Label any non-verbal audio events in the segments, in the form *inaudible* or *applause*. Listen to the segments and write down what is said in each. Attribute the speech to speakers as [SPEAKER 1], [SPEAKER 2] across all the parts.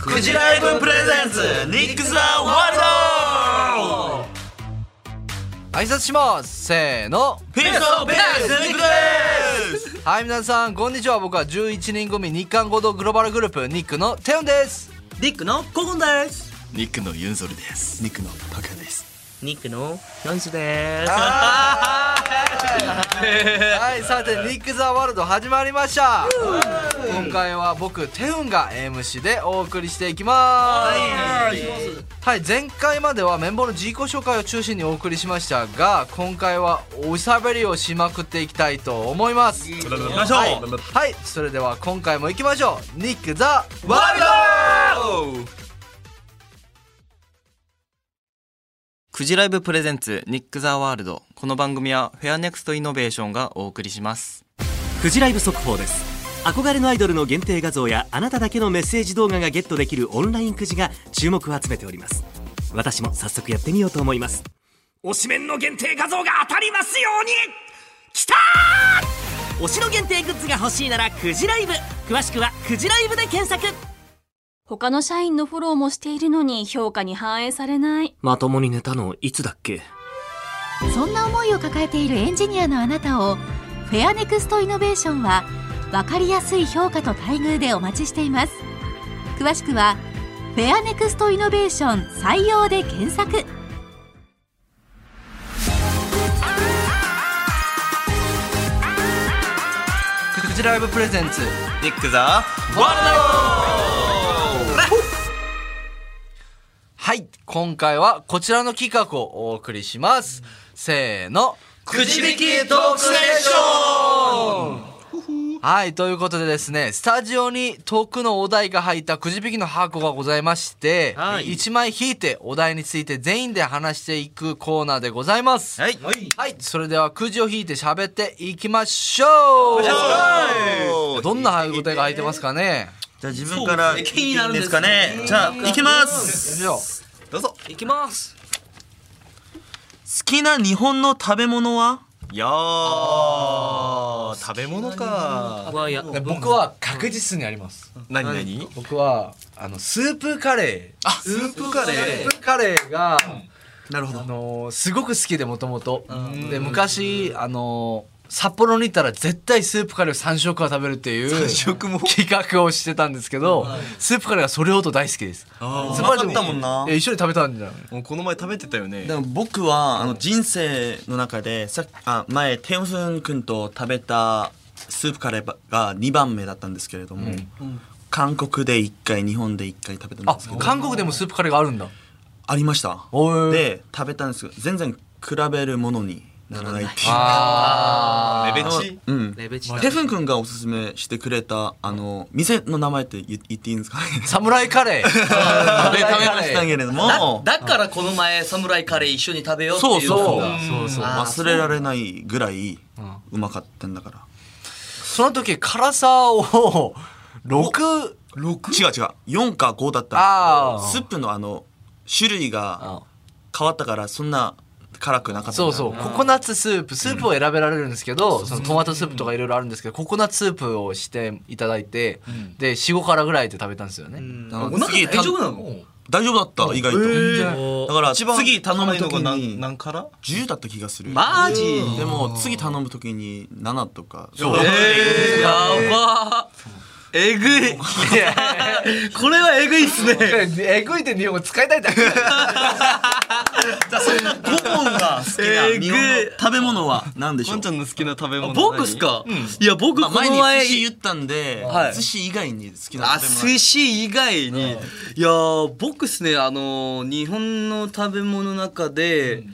[SPEAKER 1] クジライブプレゼンツニック・ザ・ワール
[SPEAKER 2] 挨拶しますせーの
[SPEAKER 1] ドピースオブ・ピースニックです
[SPEAKER 2] はい皆さんこんにちは僕は11人組日韓合同グローバルグループニックのテオンです
[SPEAKER 3] ニックのココンです
[SPEAKER 4] ニックのユンソルです。ニックのタカです。
[SPEAKER 3] ニックのヨンスです
[SPEAKER 2] はいさてニック・ザ・ワールド始まりました今回は僕テウンが MC でお送りしていきますはい前回まではメンバーの自己紹介を中心にお送りしましたが今回はおしゃべりをしまくっていきたいと思います
[SPEAKER 1] 行きましょ
[SPEAKER 2] はいうはいそれでは今回も行きましょうニック・ザ・ワールド
[SPEAKER 1] ワールド
[SPEAKER 4] クジライブプレゼンツニックザワールド。この番組はフェアネクストイノベーションがお送りします。
[SPEAKER 5] フジライブ速報です憧れのアイドルの限定画像やあなただけのメッセージ動画がゲットできるオンラインくじが注目を集めております私も早速やってみようと思います推しメンの限定画像が当たりますようにきたー推しの限定グッズが欲しいならくじライブ詳しくはくじライブで検索
[SPEAKER 6] 他の社員のフォローもしているのに評価に反映されない。
[SPEAKER 5] まともに寝たのいつだっけ
[SPEAKER 7] そんな思いを抱えているエンジニアのあなたをフェアネクストイノベーションは分かりやすい評価と待遇でお待ちしています詳しくはフェアネクストイノベーション採用で検索
[SPEAKER 2] クジライブプレゼンツ
[SPEAKER 1] ニック・ザ・ワールド
[SPEAKER 2] はい今回はこちらの企画をお送りしますせーの
[SPEAKER 1] くじ引きトークセッション
[SPEAKER 2] はい、ということでですね、スタジオに遠くのお題が入ったくじ引きの箱がございまして、
[SPEAKER 3] はい
[SPEAKER 2] 1枚引いてお題について全員で話していくコーナーでございます。はい、
[SPEAKER 3] いはい
[SPEAKER 2] それではくじを引いて喋っていきましょうどんな早答えが入ってますかね
[SPEAKER 1] じゃあ自分から
[SPEAKER 3] そうですね
[SPEAKER 1] 気になるんですかねじゃあ行きます
[SPEAKER 2] 以上
[SPEAKER 1] どうぞ
[SPEAKER 3] いきます
[SPEAKER 1] 好きな日本の食べ物はい
[SPEAKER 4] やー、食べ物か。
[SPEAKER 3] わや
[SPEAKER 2] 僕は確実にあります。
[SPEAKER 4] 何何
[SPEAKER 2] 僕は、あの、スープカレー。
[SPEAKER 4] あ、スープカレ
[SPEAKER 2] スープカレーが、
[SPEAKER 1] なるほ
[SPEAKER 2] あのーすごく好きでもともとで昔あのー札幌に行ったら絶対スープカレーを3食は食べるっていう
[SPEAKER 4] 食も
[SPEAKER 2] 企画をしてたんですけど、スープカレーがそれほど大好きです
[SPEAKER 1] ー
[SPEAKER 2] スープカレー
[SPEAKER 1] うまかったもんな
[SPEAKER 2] え一緒に食べたんじゃん
[SPEAKER 4] もうこの前食べてたよね
[SPEAKER 1] で。も僕はあの人生の中でさあ前テヨスン君と食べたスープカレーが2番目だったんですけれども、韓国で1回日本で1回食べたん
[SPEAKER 2] あ
[SPEAKER 1] ですけどあ
[SPEAKER 2] 韓国でもスープカレーがあるんだ
[SPEAKER 1] りました
[SPEAKER 2] おい
[SPEAKER 1] で食べたんですけど全然比べるものにならないっていう
[SPEAKER 2] あ
[SPEAKER 4] レベチ
[SPEAKER 1] うん
[SPEAKER 3] レベチだ
[SPEAKER 1] テフン君がおすすめしてくれたあの店の名前って言言っていいんですかね
[SPEAKER 2] サムライカ *laughs* レー
[SPEAKER 1] 食べましたけれども
[SPEAKER 3] だからこの前サムライカレー一緒に食べようって
[SPEAKER 1] そう
[SPEAKER 3] いう
[SPEAKER 1] そう
[SPEAKER 2] そうそう
[SPEAKER 1] 忘れられないぐらいうまかったんだから
[SPEAKER 2] その時辛さを6
[SPEAKER 1] 違う違う4か5だった
[SPEAKER 2] あ
[SPEAKER 1] ん
[SPEAKER 2] ー
[SPEAKER 1] ですけどスープのあの種類が変わったからそんな辛くなかった
[SPEAKER 2] そうそうココナッツスープスープを選べられるんですけど、そのトマトスープとかいろいろあるんですけどココナッツスープをしていただいて、で45からぐらいで食べたんですよね、
[SPEAKER 1] あの
[SPEAKER 3] お腹
[SPEAKER 1] 次
[SPEAKER 3] 大丈夫なの
[SPEAKER 1] 大丈夫だった意外と、だから次頼む時に
[SPEAKER 4] 何から
[SPEAKER 1] 10だった気がする
[SPEAKER 3] マジ
[SPEAKER 1] でも次頼む時に7とか
[SPEAKER 3] えー、やばえぐいこれはえぐいっすね
[SPEAKER 2] えぐいって日本語使い *laughs* たいだけ
[SPEAKER 1] 5本が好きな日本の食べ物は何でしょ
[SPEAKER 4] ワ
[SPEAKER 1] う
[SPEAKER 4] ンちゃんの好きな食べ物
[SPEAKER 3] 僕っすか、いや僕
[SPEAKER 1] まあ
[SPEAKER 3] こ
[SPEAKER 1] 前
[SPEAKER 3] の
[SPEAKER 1] に
[SPEAKER 3] 前
[SPEAKER 1] 寿司言ったんで、
[SPEAKER 3] はい
[SPEAKER 1] 寿司以外に好きな
[SPEAKER 3] あ
[SPEAKER 1] 食べ
[SPEAKER 3] 寿司以外に、いやー僕っすねあのー日本の食べ物の中で、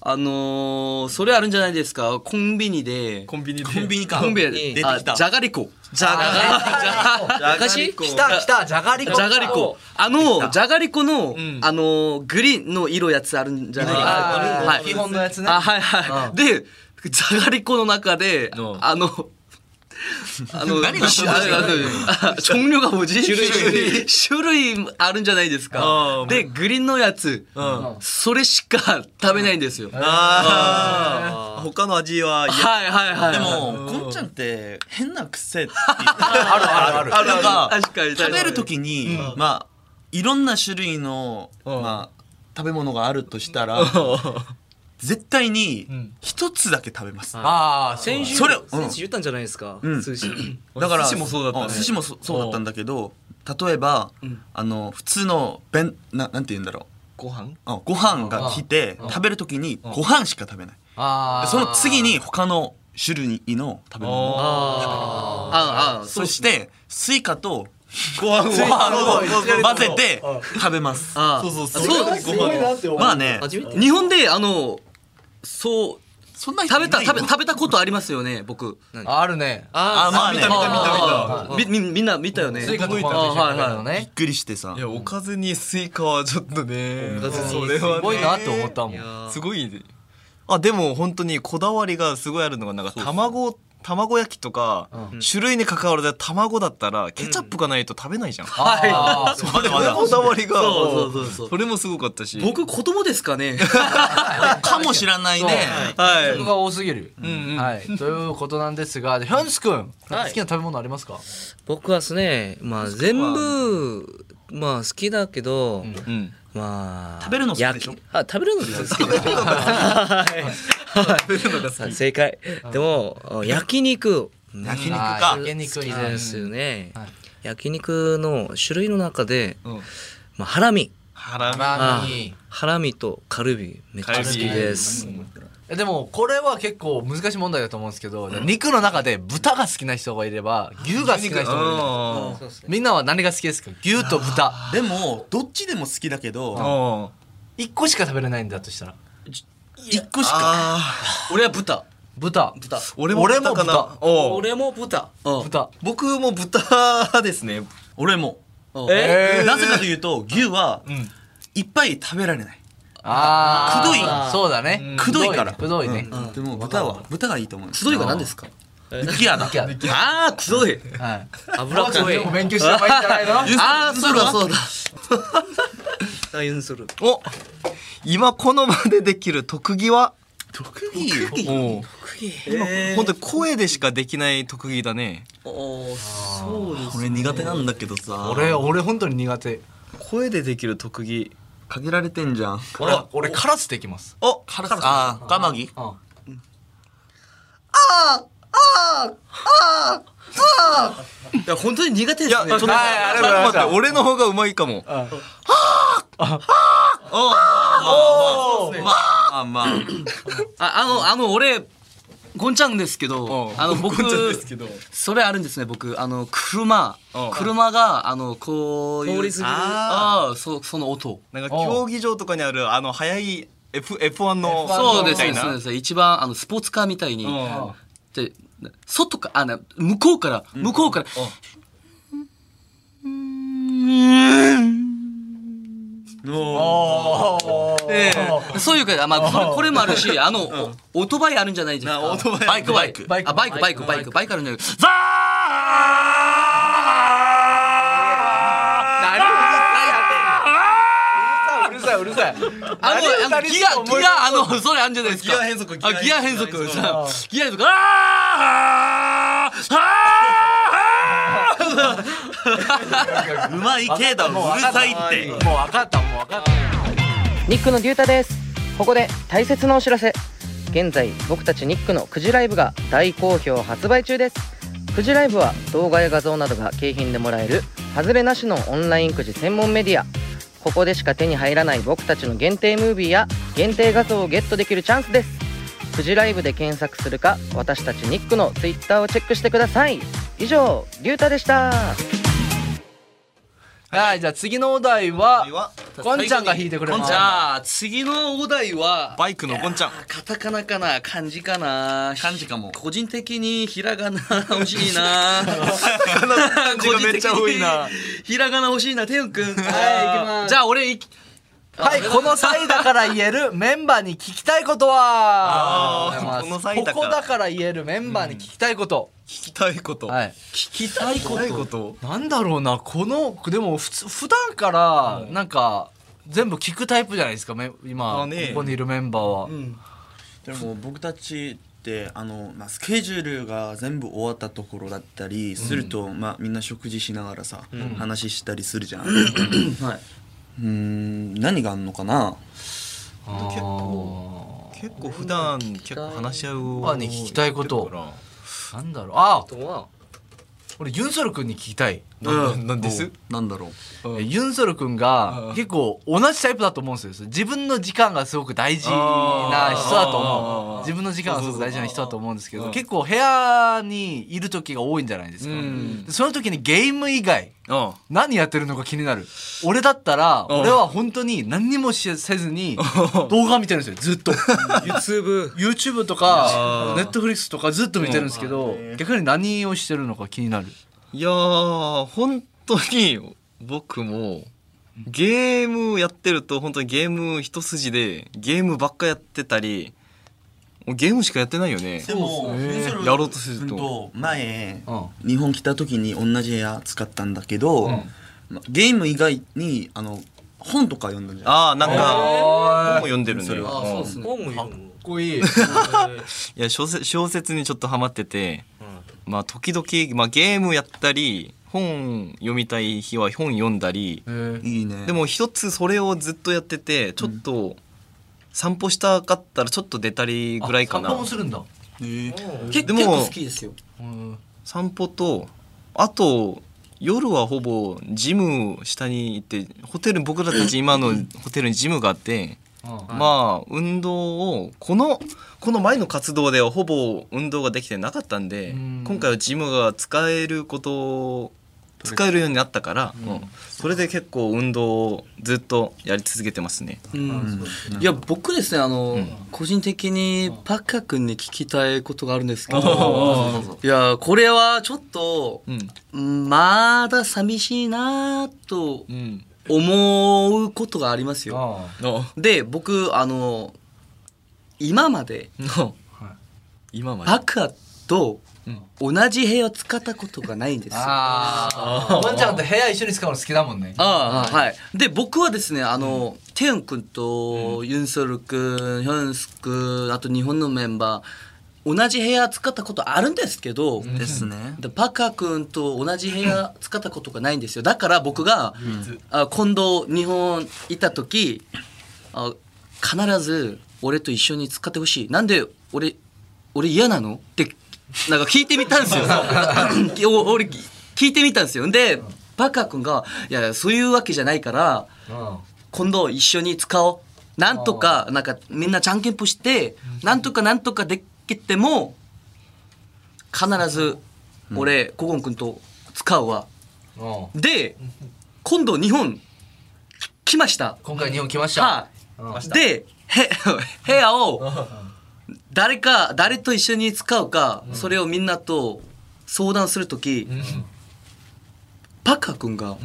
[SPEAKER 3] あのーそれあるんじゃないですかコンビニで
[SPEAKER 4] コンビニで
[SPEAKER 1] 物コンビニか
[SPEAKER 3] コンビニで
[SPEAKER 1] 出て
[SPEAKER 3] あ
[SPEAKER 1] きた
[SPEAKER 3] じゃがりこじゃがじゃがりこ
[SPEAKER 2] 来た来たじゃがりこ
[SPEAKER 3] じゃがりこあのじゃがりこの、あのーグリーンの色やつあるんじゃないです
[SPEAKER 2] あ
[SPEAKER 3] か
[SPEAKER 2] ー
[SPEAKER 3] はい
[SPEAKER 2] 基本のやつね
[SPEAKER 3] あはいはい、でじゃがりこの中で、あのあの、
[SPEAKER 1] 何が
[SPEAKER 3] 種類ああ종류가 뭐지?
[SPEAKER 4] 種類
[SPEAKER 3] 種類あるんじゃないです
[SPEAKER 4] あ
[SPEAKER 3] か
[SPEAKER 4] ー。
[SPEAKER 3] で、グリーンのやつ、それしか食べないんですよ。はい
[SPEAKER 1] あー他の味はいや
[SPEAKER 3] はいはい。
[SPEAKER 1] でも、こんちゃんって変な癖っていう
[SPEAKER 2] あるあるある
[SPEAKER 1] なんか
[SPEAKER 3] 確かに確かに
[SPEAKER 1] 食べる時に、まあいろんな種類の、
[SPEAKER 2] うん
[SPEAKER 1] まあ、食べ物があるとしたら絶対に一つだけ食べます、
[SPEAKER 2] ああ
[SPEAKER 8] 先週
[SPEAKER 1] それうん
[SPEAKER 8] 先週言ったんじゃないですか、
[SPEAKER 1] うん
[SPEAKER 8] 寿司
[SPEAKER 1] だから
[SPEAKER 3] 寿司もそうだったね
[SPEAKER 1] ん寿司もそそうだったんだけど例えば、あの普通の弁ななんて言うんだろ
[SPEAKER 3] ご飯
[SPEAKER 1] うあご飯が来て
[SPEAKER 2] うん
[SPEAKER 1] 食べる時にご飯しか食べない
[SPEAKER 2] あ
[SPEAKER 1] で
[SPEAKER 2] ー
[SPEAKER 1] その次に他の種類の食べ物
[SPEAKER 2] あー
[SPEAKER 3] ああ
[SPEAKER 1] そしてスイカと
[SPEAKER 3] ご飯
[SPEAKER 1] ご飯を
[SPEAKER 2] そうそう
[SPEAKER 1] 混ぜて食べます
[SPEAKER 3] ああ
[SPEAKER 8] そうそうそう
[SPEAKER 3] あそう
[SPEAKER 8] れはすごいなって思う
[SPEAKER 1] まあね
[SPEAKER 8] 初めて
[SPEAKER 3] 日本であのそう
[SPEAKER 1] そんな人
[SPEAKER 3] 食べた
[SPEAKER 1] いない
[SPEAKER 3] 食べ食べたことありますよね僕
[SPEAKER 2] ああるね
[SPEAKER 1] あまあね
[SPEAKER 8] 見た見た見た見た
[SPEAKER 2] あ
[SPEAKER 3] 見たみみみんな見たよね
[SPEAKER 2] スイカと
[SPEAKER 3] あ
[SPEAKER 2] か
[SPEAKER 3] はいはい
[SPEAKER 1] びっくりしてさ
[SPEAKER 8] いやおかずにスイカはちょっとね
[SPEAKER 3] おかずに
[SPEAKER 8] それはね
[SPEAKER 2] すごいなって思ったもん
[SPEAKER 8] すごいあでも本当にこだわりがすごいあるのがなんか卵卵焼きとか、
[SPEAKER 2] う
[SPEAKER 8] 種類に関わらず卵だったらケチャップがないと食べないじゃん、
[SPEAKER 2] はい
[SPEAKER 8] それのこだわりが
[SPEAKER 3] そうそうそうそう
[SPEAKER 8] それもすごかったし
[SPEAKER 3] 僕子供ですかね
[SPEAKER 1] かもしらないね
[SPEAKER 8] はい
[SPEAKER 2] 食が多すぎる
[SPEAKER 8] んうん
[SPEAKER 2] はいということなんですがじゃあヒョンス君好きな食べ物ありますか
[SPEAKER 9] 僕はですねまあ全部まあ好きだけど、
[SPEAKER 8] うん
[SPEAKER 9] まあ
[SPEAKER 1] 食べるの好きでしょ
[SPEAKER 9] 焼きあ食べるの好きだはい正解でもあ焼肉
[SPEAKER 1] 焼肉
[SPEAKER 2] あ
[SPEAKER 1] か
[SPEAKER 2] ー焼肉
[SPEAKER 9] 好き
[SPEAKER 2] いい
[SPEAKER 9] で
[SPEAKER 2] ね
[SPEAKER 9] すよね
[SPEAKER 2] はい
[SPEAKER 9] 焼肉の種類の中で、
[SPEAKER 8] うん
[SPEAKER 9] まあ、ハラミ
[SPEAKER 8] 腹が
[SPEAKER 2] ラーメン
[SPEAKER 9] ハラミとカルビめっちゃ好きです
[SPEAKER 2] えでもこれは結構難しい問題だと思うんですけど肉の中で豚が好きな人がいれば牛が好きな人も
[SPEAKER 8] あ
[SPEAKER 9] そうです
[SPEAKER 2] いるみんなは何が好きですか牛と豚
[SPEAKER 1] でもどっちでも好きだけ
[SPEAKER 8] あ
[SPEAKER 1] ど
[SPEAKER 8] あ
[SPEAKER 2] 一個しか食べれないんだとしたら
[SPEAKER 1] 一個しか
[SPEAKER 3] 俺は豚
[SPEAKER 2] 豚
[SPEAKER 3] 豚
[SPEAKER 8] 俺も豚かな
[SPEAKER 2] 豚
[SPEAKER 8] おう
[SPEAKER 3] 俺も豚うん
[SPEAKER 2] 豚
[SPEAKER 8] 僕も豚ですね
[SPEAKER 1] 俺も
[SPEAKER 2] え
[SPEAKER 1] なぜかというと牛はいっぱい食べられない
[SPEAKER 2] あー
[SPEAKER 1] くどい
[SPEAKER 2] そうだね
[SPEAKER 1] くどいから
[SPEAKER 2] くどいね
[SPEAKER 1] うんでも豚は豚がいいと思う
[SPEAKER 3] くどいが何ですか
[SPEAKER 1] 肉屋だ
[SPEAKER 2] いや
[SPEAKER 3] ああくどい
[SPEAKER 2] はい
[SPEAKER 9] 油っこい
[SPEAKER 2] 勉強した方がいいんじゃないの
[SPEAKER 3] ああそうだそうだ
[SPEAKER 9] 大運する
[SPEAKER 8] お今この場でできる特技は
[SPEAKER 1] 特技
[SPEAKER 8] おう今本当に声でしかできない特技だね
[SPEAKER 3] おーそうです
[SPEAKER 1] 俺苦手なんだけどさ
[SPEAKER 2] 俺俺本当に苦手
[SPEAKER 8] 声でできる特技
[SPEAKER 1] 限られてんじゃん
[SPEAKER 2] 俺俺カラスできます
[SPEAKER 1] おカラスあーカマギ
[SPEAKER 2] あ
[SPEAKER 3] いや本当に苦手で
[SPEAKER 8] いや
[SPEAKER 3] す
[SPEAKER 8] ちょ
[SPEAKER 3] ね
[SPEAKER 8] っ
[SPEAKER 2] は
[SPEAKER 8] と待
[SPEAKER 2] いありがとうございまし
[SPEAKER 8] ったて俺の方がうまいかも
[SPEAKER 1] まあまあ
[SPEAKER 3] ああのあの俺ゴンちゃんですけど
[SPEAKER 8] うん
[SPEAKER 3] あの僕
[SPEAKER 8] ゴンちゃんですけど
[SPEAKER 3] それあるんですね僕あの車
[SPEAKER 8] うん
[SPEAKER 3] 車があのこういう
[SPEAKER 9] 通り過ぎる
[SPEAKER 3] ああそその音
[SPEAKER 8] なんか競技場とかにあるあの速い F F1 の
[SPEAKER 3] そうで
[SPEAKER 8] み
[SPEAKER 3] す
[SPEAKER 8] た
[SPEAKER 3] ね
[SPEAKER 8] いな
[SPEAKER 3] そうですね一番あのスポーツカーみたいに
[SPEAKER 8] うん
[SPEAKER 3] で外かあな向こうから向こうから
[SPEAKER 8] で
[SPEAKER 3] そういうか、まあ、これ、これもあるし、あの、おオートバイあるんじゃないですか。
[SPEAKER 8] なオートバイ
[SPEAKER 3] バイク、バイク、
[SPEAKER 2] バイク
[SPEAKER 3] あ、バイク、バイク、バイク、バイクあるんじゃない。ザ
[SPEAKER 2] うるさいうるさい
[SPEAKER 3] あの、あのギア、ギア、あの、それあるんじゃないですか。
[SPEAKER 8] ギア変速
[SPEAKER 3] あ、ギア変速、
[SPEAKER 8] ギア変速
[SPEAKER 3] さギア変速、あーあー
[SPEAKER 1] うまいけどうるさいって
[SPEAKER 2] もう分かったもう分かった
[SPEAKER 10] ニックのデュータですここで大切なお知らせ現在僕たちニックのくじライブが大好評発売中ですくじライブは動画や画像などが景品でもらえるハズレなしのオンラインくじ専門メディアここでしか手に入らない僕たちの限定ムービーや限定画像をゲットできるチャンスですくじライブで検索するか私たちニックの Twitter をチェックしてください以上デュータでした
[SPEAKER 2] はいじゃあ次のお題は
[SPEAKER 8] では
[SPEAKER 2] こんちゃんが引いてくれます
[SPEAKER 3] じゃあ、次のお題は、
[SPEAKER 8] バイクのゴンちゃん
[SPEAKER 3] カタカナかな、漢字かな。
[SPEAKER 1] 漢字かも
[SPEAKER 3] 個人的にひらがな欲しいな。
[SPEAKER 8] 漢字がめっちゃ多いな
[SPEAKER 3] 個人的にひらがな欲しいな、てんくん。はい、行き
[SPEAKER 9] ます
[SPEAKER 3] じゃあ、俺、い
[SPEAKER 2] はいこの際だから言えるメンバーに聞きたいことはあ
[SPEAKER 8] あー
[SPEAKER 2] りがとうございます
[SPEAKER 8] こ
[SPEAKER 2] こ
[SPEAKER 8] の際だから
[SPEAKER 2] こだから言えるメンバーに聞きたいこと
[SPEAKER 8] 聞きたいこと聞
[SPEAKER 2] はい
[SPEAKER 3] 聞きたいこ
[SPEAKER 8] きたい
[SPEAKER 3] と。
[SPEAKER 8] こと
[SPEAKER 2] なんだろうなこのでも普通普段からなんか全部聞くタイプじゃないですかめ今
[SPEAKER 8] あね
[SPEAKER 2] ここにいるメンバーは、
[SPEAKER 1] でも僕たちってあの、まあ、スケジュールが全部終わったところだったりすると、まあ、みんな食事しながらさ、
[SPEAKER 3] うん
[SPEAKER 1] 話したりするじゃん。
[SPEAKER 3] はいう
[SPEAKER 1] ーん何があんのかな
[SPEAKER 8] 結構結構普段結構話し合う
[SPEAKER 2] あね聞きたいことなんだろう
[SPEAKER 9] あ
[SPEAKER 2] あ
[SPEAKER 9] とは
[SPEAKER 2] 俺ユンソル君に聞きたい
[SPEAKER 8] なななんです
[SPEAKER 1] なんだろう
[SPEAKER 2] えユンソル君
[SPEAKER 8] う
[SPEAKER 2] が
[SPEAKER 8] ん
[SPEAKER 2] 結構同じタイプだと思うんですよ自分の時間がすごく大事な人だと思う
[SPEAKER 8] あー
[SPEAKER 2] 自分の時間がすごく大事な人だと思うんですけ
[SPEAKER 8] う
[SPEAKER 2] ど
[SPEAKER 8] ん
[SPEAKER 2] 結構部屋にいる時が多いんじゃないですか
[SPEAKER 8] うん
[SPEAKER 2] でその時にゲーム以外
[SPEAKER 8] あ
[SPEAKER 2] 何やってるのか気になる俺だったら
[SPEAKER 8] うん
[SPEAKER 2] 俺は本当に何にもしせずに動画見てるんですよずっと
[SPEAKER 9] YouTube
[SPEAKER 2] YouTube とか
[SPEAKER 8] あー
[SPEAKER 2] Netflix とかずっと見てるんですけど逆に何をしてるのか気になる
[SPEAKER 8] いやー本当に僕もゲームやってると本当にゲーム一筋でゲームばっかやってたりもうゲームしかやってないよね
[SPEAKER 1] でも、
[SPEAKER 8] やろうとすると
[SPEAKER 1] 前、
[SPEAKER 2] うん
[SPEAKER 1] 日本来た時に同じ部屋使ったんだけど、まゲーム以外にあの本とか読んだんじゃない
[SPEAKER 8] ああなんか本を読んでるん
[SPEAKER 1] そ
[SPEAKER 8] だ
[SPEAKER 1] れ
[SPEAKER 8] よ
[SPEAKER 1] は
[SPEAKER 9] あそうですね本も読む
[SPEAKER 2] こいい
[SPEAKER 8] いや小説小説にちょっとハマってて、まあ時々、まあ、ゲームやったり本読みたい日は本読んだり、
[SPEAKER 1] いいね
[SPEAKER 8] でも一つそれをずっとやっててちょっと散歩したかったらちょっと出たりぐらいかな
[SPEAKER 2] 散歩もするんだ
[SPEAKER 8] 結
[SPEAKER 3] 結構好きですよ
[SPEAKER 8] 散歩とあと夜はほぼジム下に行ってホテル僕らたち今のホテルにジムがあって、まあ運動をこのこの前の活動ではほぼ運動ができてなかったんで、
[SPEAKER 2] うん
[SPEAKER 8] 今回はジムが使えることを使えるようになったから、うんそれで結構運動をずっとやり続けてますね。
[SPEAKER 3] うんいや僕ですねあの、個人的にパッカ君に聞きたいことがあるんですけどいやこれはちょっと
[SPEAKER 8] うん
[SPEAKER 3] まだ寂しいなと
[SPEAKER 8] うん
[SPEAKER 3] 思うことがありますよ。で僕あの今まで
[SPEAKER 8] の今まで
[SPEAKER 3] パカと同じ部屋を使ったことがないんですよ。
[SPEAKER 2] ああワンちゃんと部屋一緒に使うの好きだもんね
[SPEAKER 3] ああはい、で僕はですねあの、テウン君とユンソル君ヒョンス君あと日本のメンバー同じ部屋使ったことあるんですけど、
[SPEAKER 1] ですね
[SPEAKER 3] でパカ君と同じ部屋使ったことがないんですよだから僕が、あ今度日本行った時あ必ず俺と一緒に使ってほしいなんで俺俺嫌なのってなんか聞いてみたんです *laughs* よお俺聞いてみたんですよでパカ君が「いやいやそういうわけじゃないから今度一緒に使おう」なんとかなんかみんなじゃんけんぽしてなんとかなんとかできても必ず俺、コゴン君と使うわで今度日本来ました
[SPEAKER 2] 今回日本来ました
[SPEAKER 3] はい、でへ *laughs* 部屋を誰か誰と一緒に使うか、それをみんなと相談する時、パカ君が、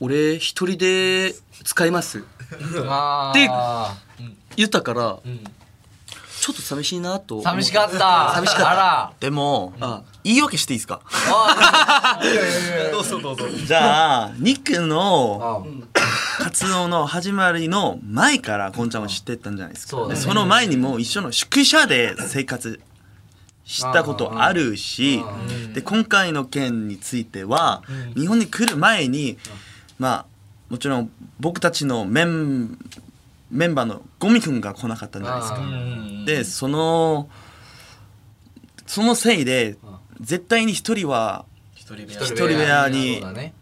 [SPEAKER 3] 俺一人で使います」
[SPEAKER 2] あー
[SPEAKER 3] 言ったから、ちょっと寂しいなと思
[SPEAKER 2] 寂しかった
[SPEAKER 3] 寂しかった
[SPEAKER 2] あ
[SPEAKER 1] でも
[SPEAKER 3] あ
[SPEAKER 1] 言い訳していいですからじゃあニックの
[SPEAKER 2] あ
[SPEAKER 1] 活動の始まりの前からこんちゃんは知ってたんじゃないですか
[SPEAKER 2] そうだね
[SPEAKER 1] でその前にも一緒の宿舎で生活したことあるしで今回の件については日本に来る前にまあもちろん僕たちのメンメンバーのゴミくんが来なかったんじゃないですか。でそのそのせいで絶対に一人は
[SPEAKER 2] 一
[SPEAKER 1] 人部屋に
[SPEAKER 2] そうだね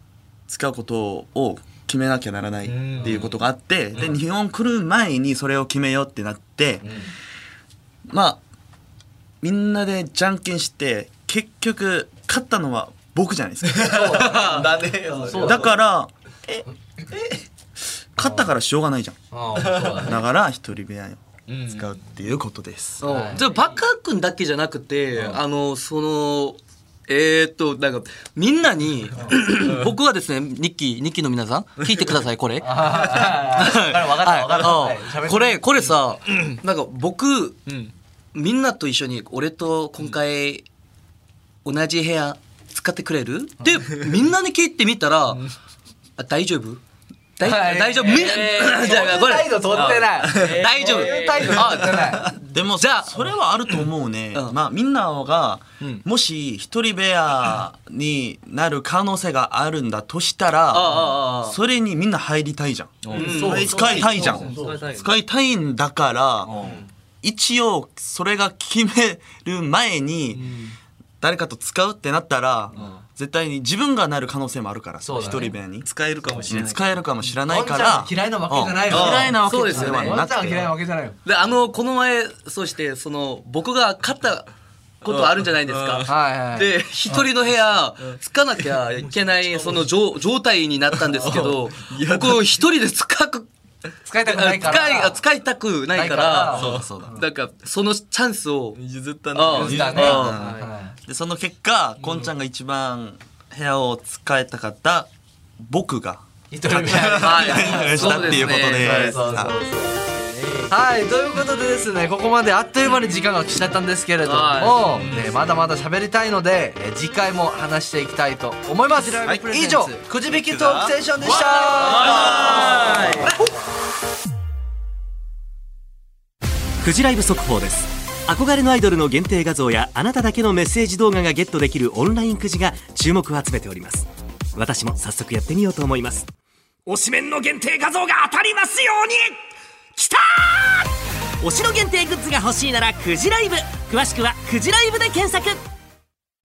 [SPEAKER 1] 使うことを決めなきゃならないっていうことがあってで日本来る前にそれを決めようってなってまあみんなでじゃんけんして結局勝ったのは僕じゃないですかだからええ勝ったからしょうがないじゃ
[SPEAKER 2] あーそうだ
[SPEAKER 1] ん
[SPEAKER 2] ね
[SPEAKER 1] だから一人部屋を使うっていうことです
[SPEAKER 3] うん
[SPEAKER 2] はい
[SPEAKER 3] じゃあバカ君だけじゃなくて、あのそのえー、っとなんかみんなに *laughs* 僕はですねニッキーニッキーの皆さん聞いてください
[SPEAKER 2] *laughs*
[SPEAKER 3] これ
[SPEAKER 2] あーわかったわかったわかった
[SPEAKER 3] は
[SPEAKER 2] はいい
[SPEAKER 3] これこれさ、なんか僕、みんなと一緒に俺と今回、同じ部屋使ってくれるでみんなに聞いてみたらあ大丈夫大
[SPEAKER 2] はい
[SPEAKER 3] 大丈夫みんな *laughs* じゃあこれ
[SPEAKER 2] 態度取ってない
[SPEAKER 3] 大丈夫
[SPEAKER 2] そういう態度取ってない
[SPEAKER 3] あ
[SPEAKER 1] でもじゃあそれはあると思うね、まあみんながもし一人部屋になる可能性があるんだとした
[SPEAKER 3] ああ
[SPEAKER 1] ら
[SPEAKER 3] ああ
[SPEAKER 1] それにみんな入りたいじゃん、
[SPEAKER 3] うんそうそう
[SPEAKER 1] 使いたいじゃ
[SPEAKER 3] そ
[SPEAKER 1] ん
[SPEAKER 3] うそうそう
[SPEAKER 1] 使いたいんだから、一応それが決める前に誰かと使うってなったら、絶対に自分がなる可能性もあるから一、人部屋に使えるかも
[SPEAKER 2] しれない
[SPEAKER 1] 使えるかもしれないか
[SPEAKER 2] ワン
[SPEAKER 1] ら
[SPEAKER 2] ちゃん嫌いなわけじゃないよ
[SPEAKER 1] うん嫌いなわけ
[SPEAKER 3] そう
[SPEAKER 1] で
[SPEAKER 3] ですよ
[SPEAKER 1] は
[SPEAKER 3] ね
[SPEAKER 1] なくて
[SPEAKER 2] けじゃないよ
[SPEAKER 3] であのこの前そうしてその僕が勝ったことあるじゃないです
[SPEAKER 2] うんうん
[SPEAKER 3] か。
[SPEAKER 2] はいはい
[SPEAKER 3] で一人の部屋つかなきゃいけないその状状態になったんですけど僕一人で使く
[SPEAKER 2] 使いたくないから
[SPEAKER 3] 使い使いたくない
[SPEAKER 2] ないか
[SPEAKER 3] から
[SPEAKER 2] らそ
[SPEAKER 3] なんかそのチャンスを
[SPEAKER 1] 譲った
[SPEAKER 3] ねああ
[SPEAKER 2] 譲ったね
[SPEAKER 1] ああでその結果こんちゃんが一番部屋を使いたかった僕が
[SPEAKER 2] 一人部
[SPEAKER 1] *laughs*
[SPEAKER 2] 屋
[SPEAKER 1] はいしたっていうことで
[SPEAKER 2] そうですね
[SPEAKER 1] あ
[SPEAKER 2] はいということでですねここまであっという間に時間が来ちゃったんですけれども、
[SPEAKER 1] は
[SPEAKER 2] ね、まだまだ喋りたいのでえ次回も話していきたいと思います、
[SPEAKER 11] はい
[SPEAKER 2] 以上くじ引きトークセッションでした
[SPEAKER 5] くじライブ速報です憧れのアイドルの限定画像やあなただけのメッセージ動画がゲットできるオンラインくじが注目を集めております私も早速やってみようと思います推しメンの限定画像が当たりますようにきたー推しの限定グッズが欲しいならくじライブ詳しくはくじライブで検索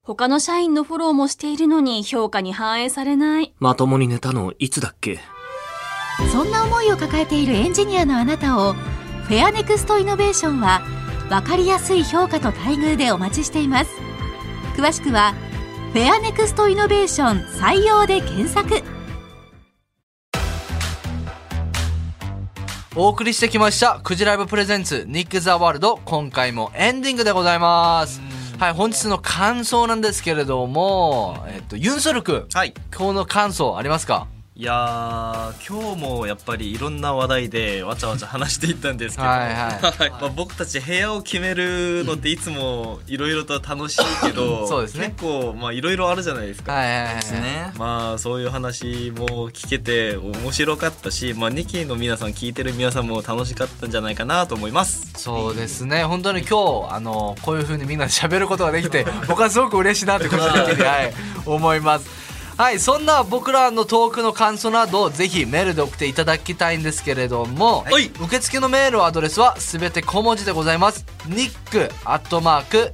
[SPEAKER 6] 他の社員のフォローもしているのに評価に反映されない。
[SPEAKER 5] まともに寝たのいつだっけ
[SPEAKER 7] そんな思いを抱えているエンジニアのあなたをフェアネクストイノベーションは分かりやすい評価と待遇でお待ちしています詳しくはフェアネクストイノベーション採用で検索
[SPEAKER 2] お送りしてきました「クジライブプレゼンツニック・ザ・ワールド」今回もエンディングでございますはい本日の感想なんですけれども、えっと、ユンソル君、はい、今日の感想ありますか
[SPEAKER 11] いやー今日もやっぱりいろんな話題でわちゃわちゃ話していったんですけど、
[SPEAKER 2] はいは
[SPEAKER 11] まあ、僕たち部屋を決めるのっていつもいろいろと楽しいけど
[SPEAKER 2] *laughs* そうですね
[SPEAKER 11] 結構まあいろいろあるじゃないですか、
[SPEAKER 2] はいはいはいですね
[SPEAKER 11] まあそういう話も聞けて面白かったし、まあ、ニキの皆さん聞いてる皆さんも楽しかったんじゃないかなと思います
[SPEAKER 2] そうですね本当に今日あのこういう風にみんなで喋ることができ *laughs* て僕はすごく嬉しいなってことだけで、はい、思いますはいそんな僕らのトークの感想などぜひメールで送っていただきたいんですけれども、受付のメールアドレスはすべて小文字でございますニックアットマーク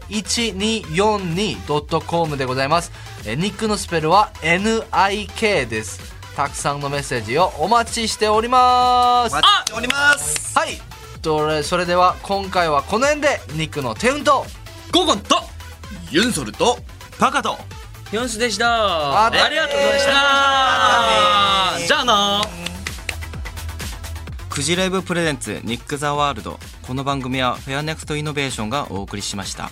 [SPEAKER 2] 1242.com でございますえニックのスペルは NIK ですたくさんのメッセージをお待ちしております
[SPEAKER 11] 待
[SPEAKER 2] っておりますはいどれそれでは今回はこの辺でニックのテウンとゴゴンとユンソルとパカと
[SPEAKER 9] ヨンスでした
[SPEAKER 2] あ
[SPEAKER 9] ありがとうございましたじゃあな
[SPEAKER 4] クジライブプレゼンツニック・ザ・ワールドこの番組はフェアネクストイノベーションがお送りしました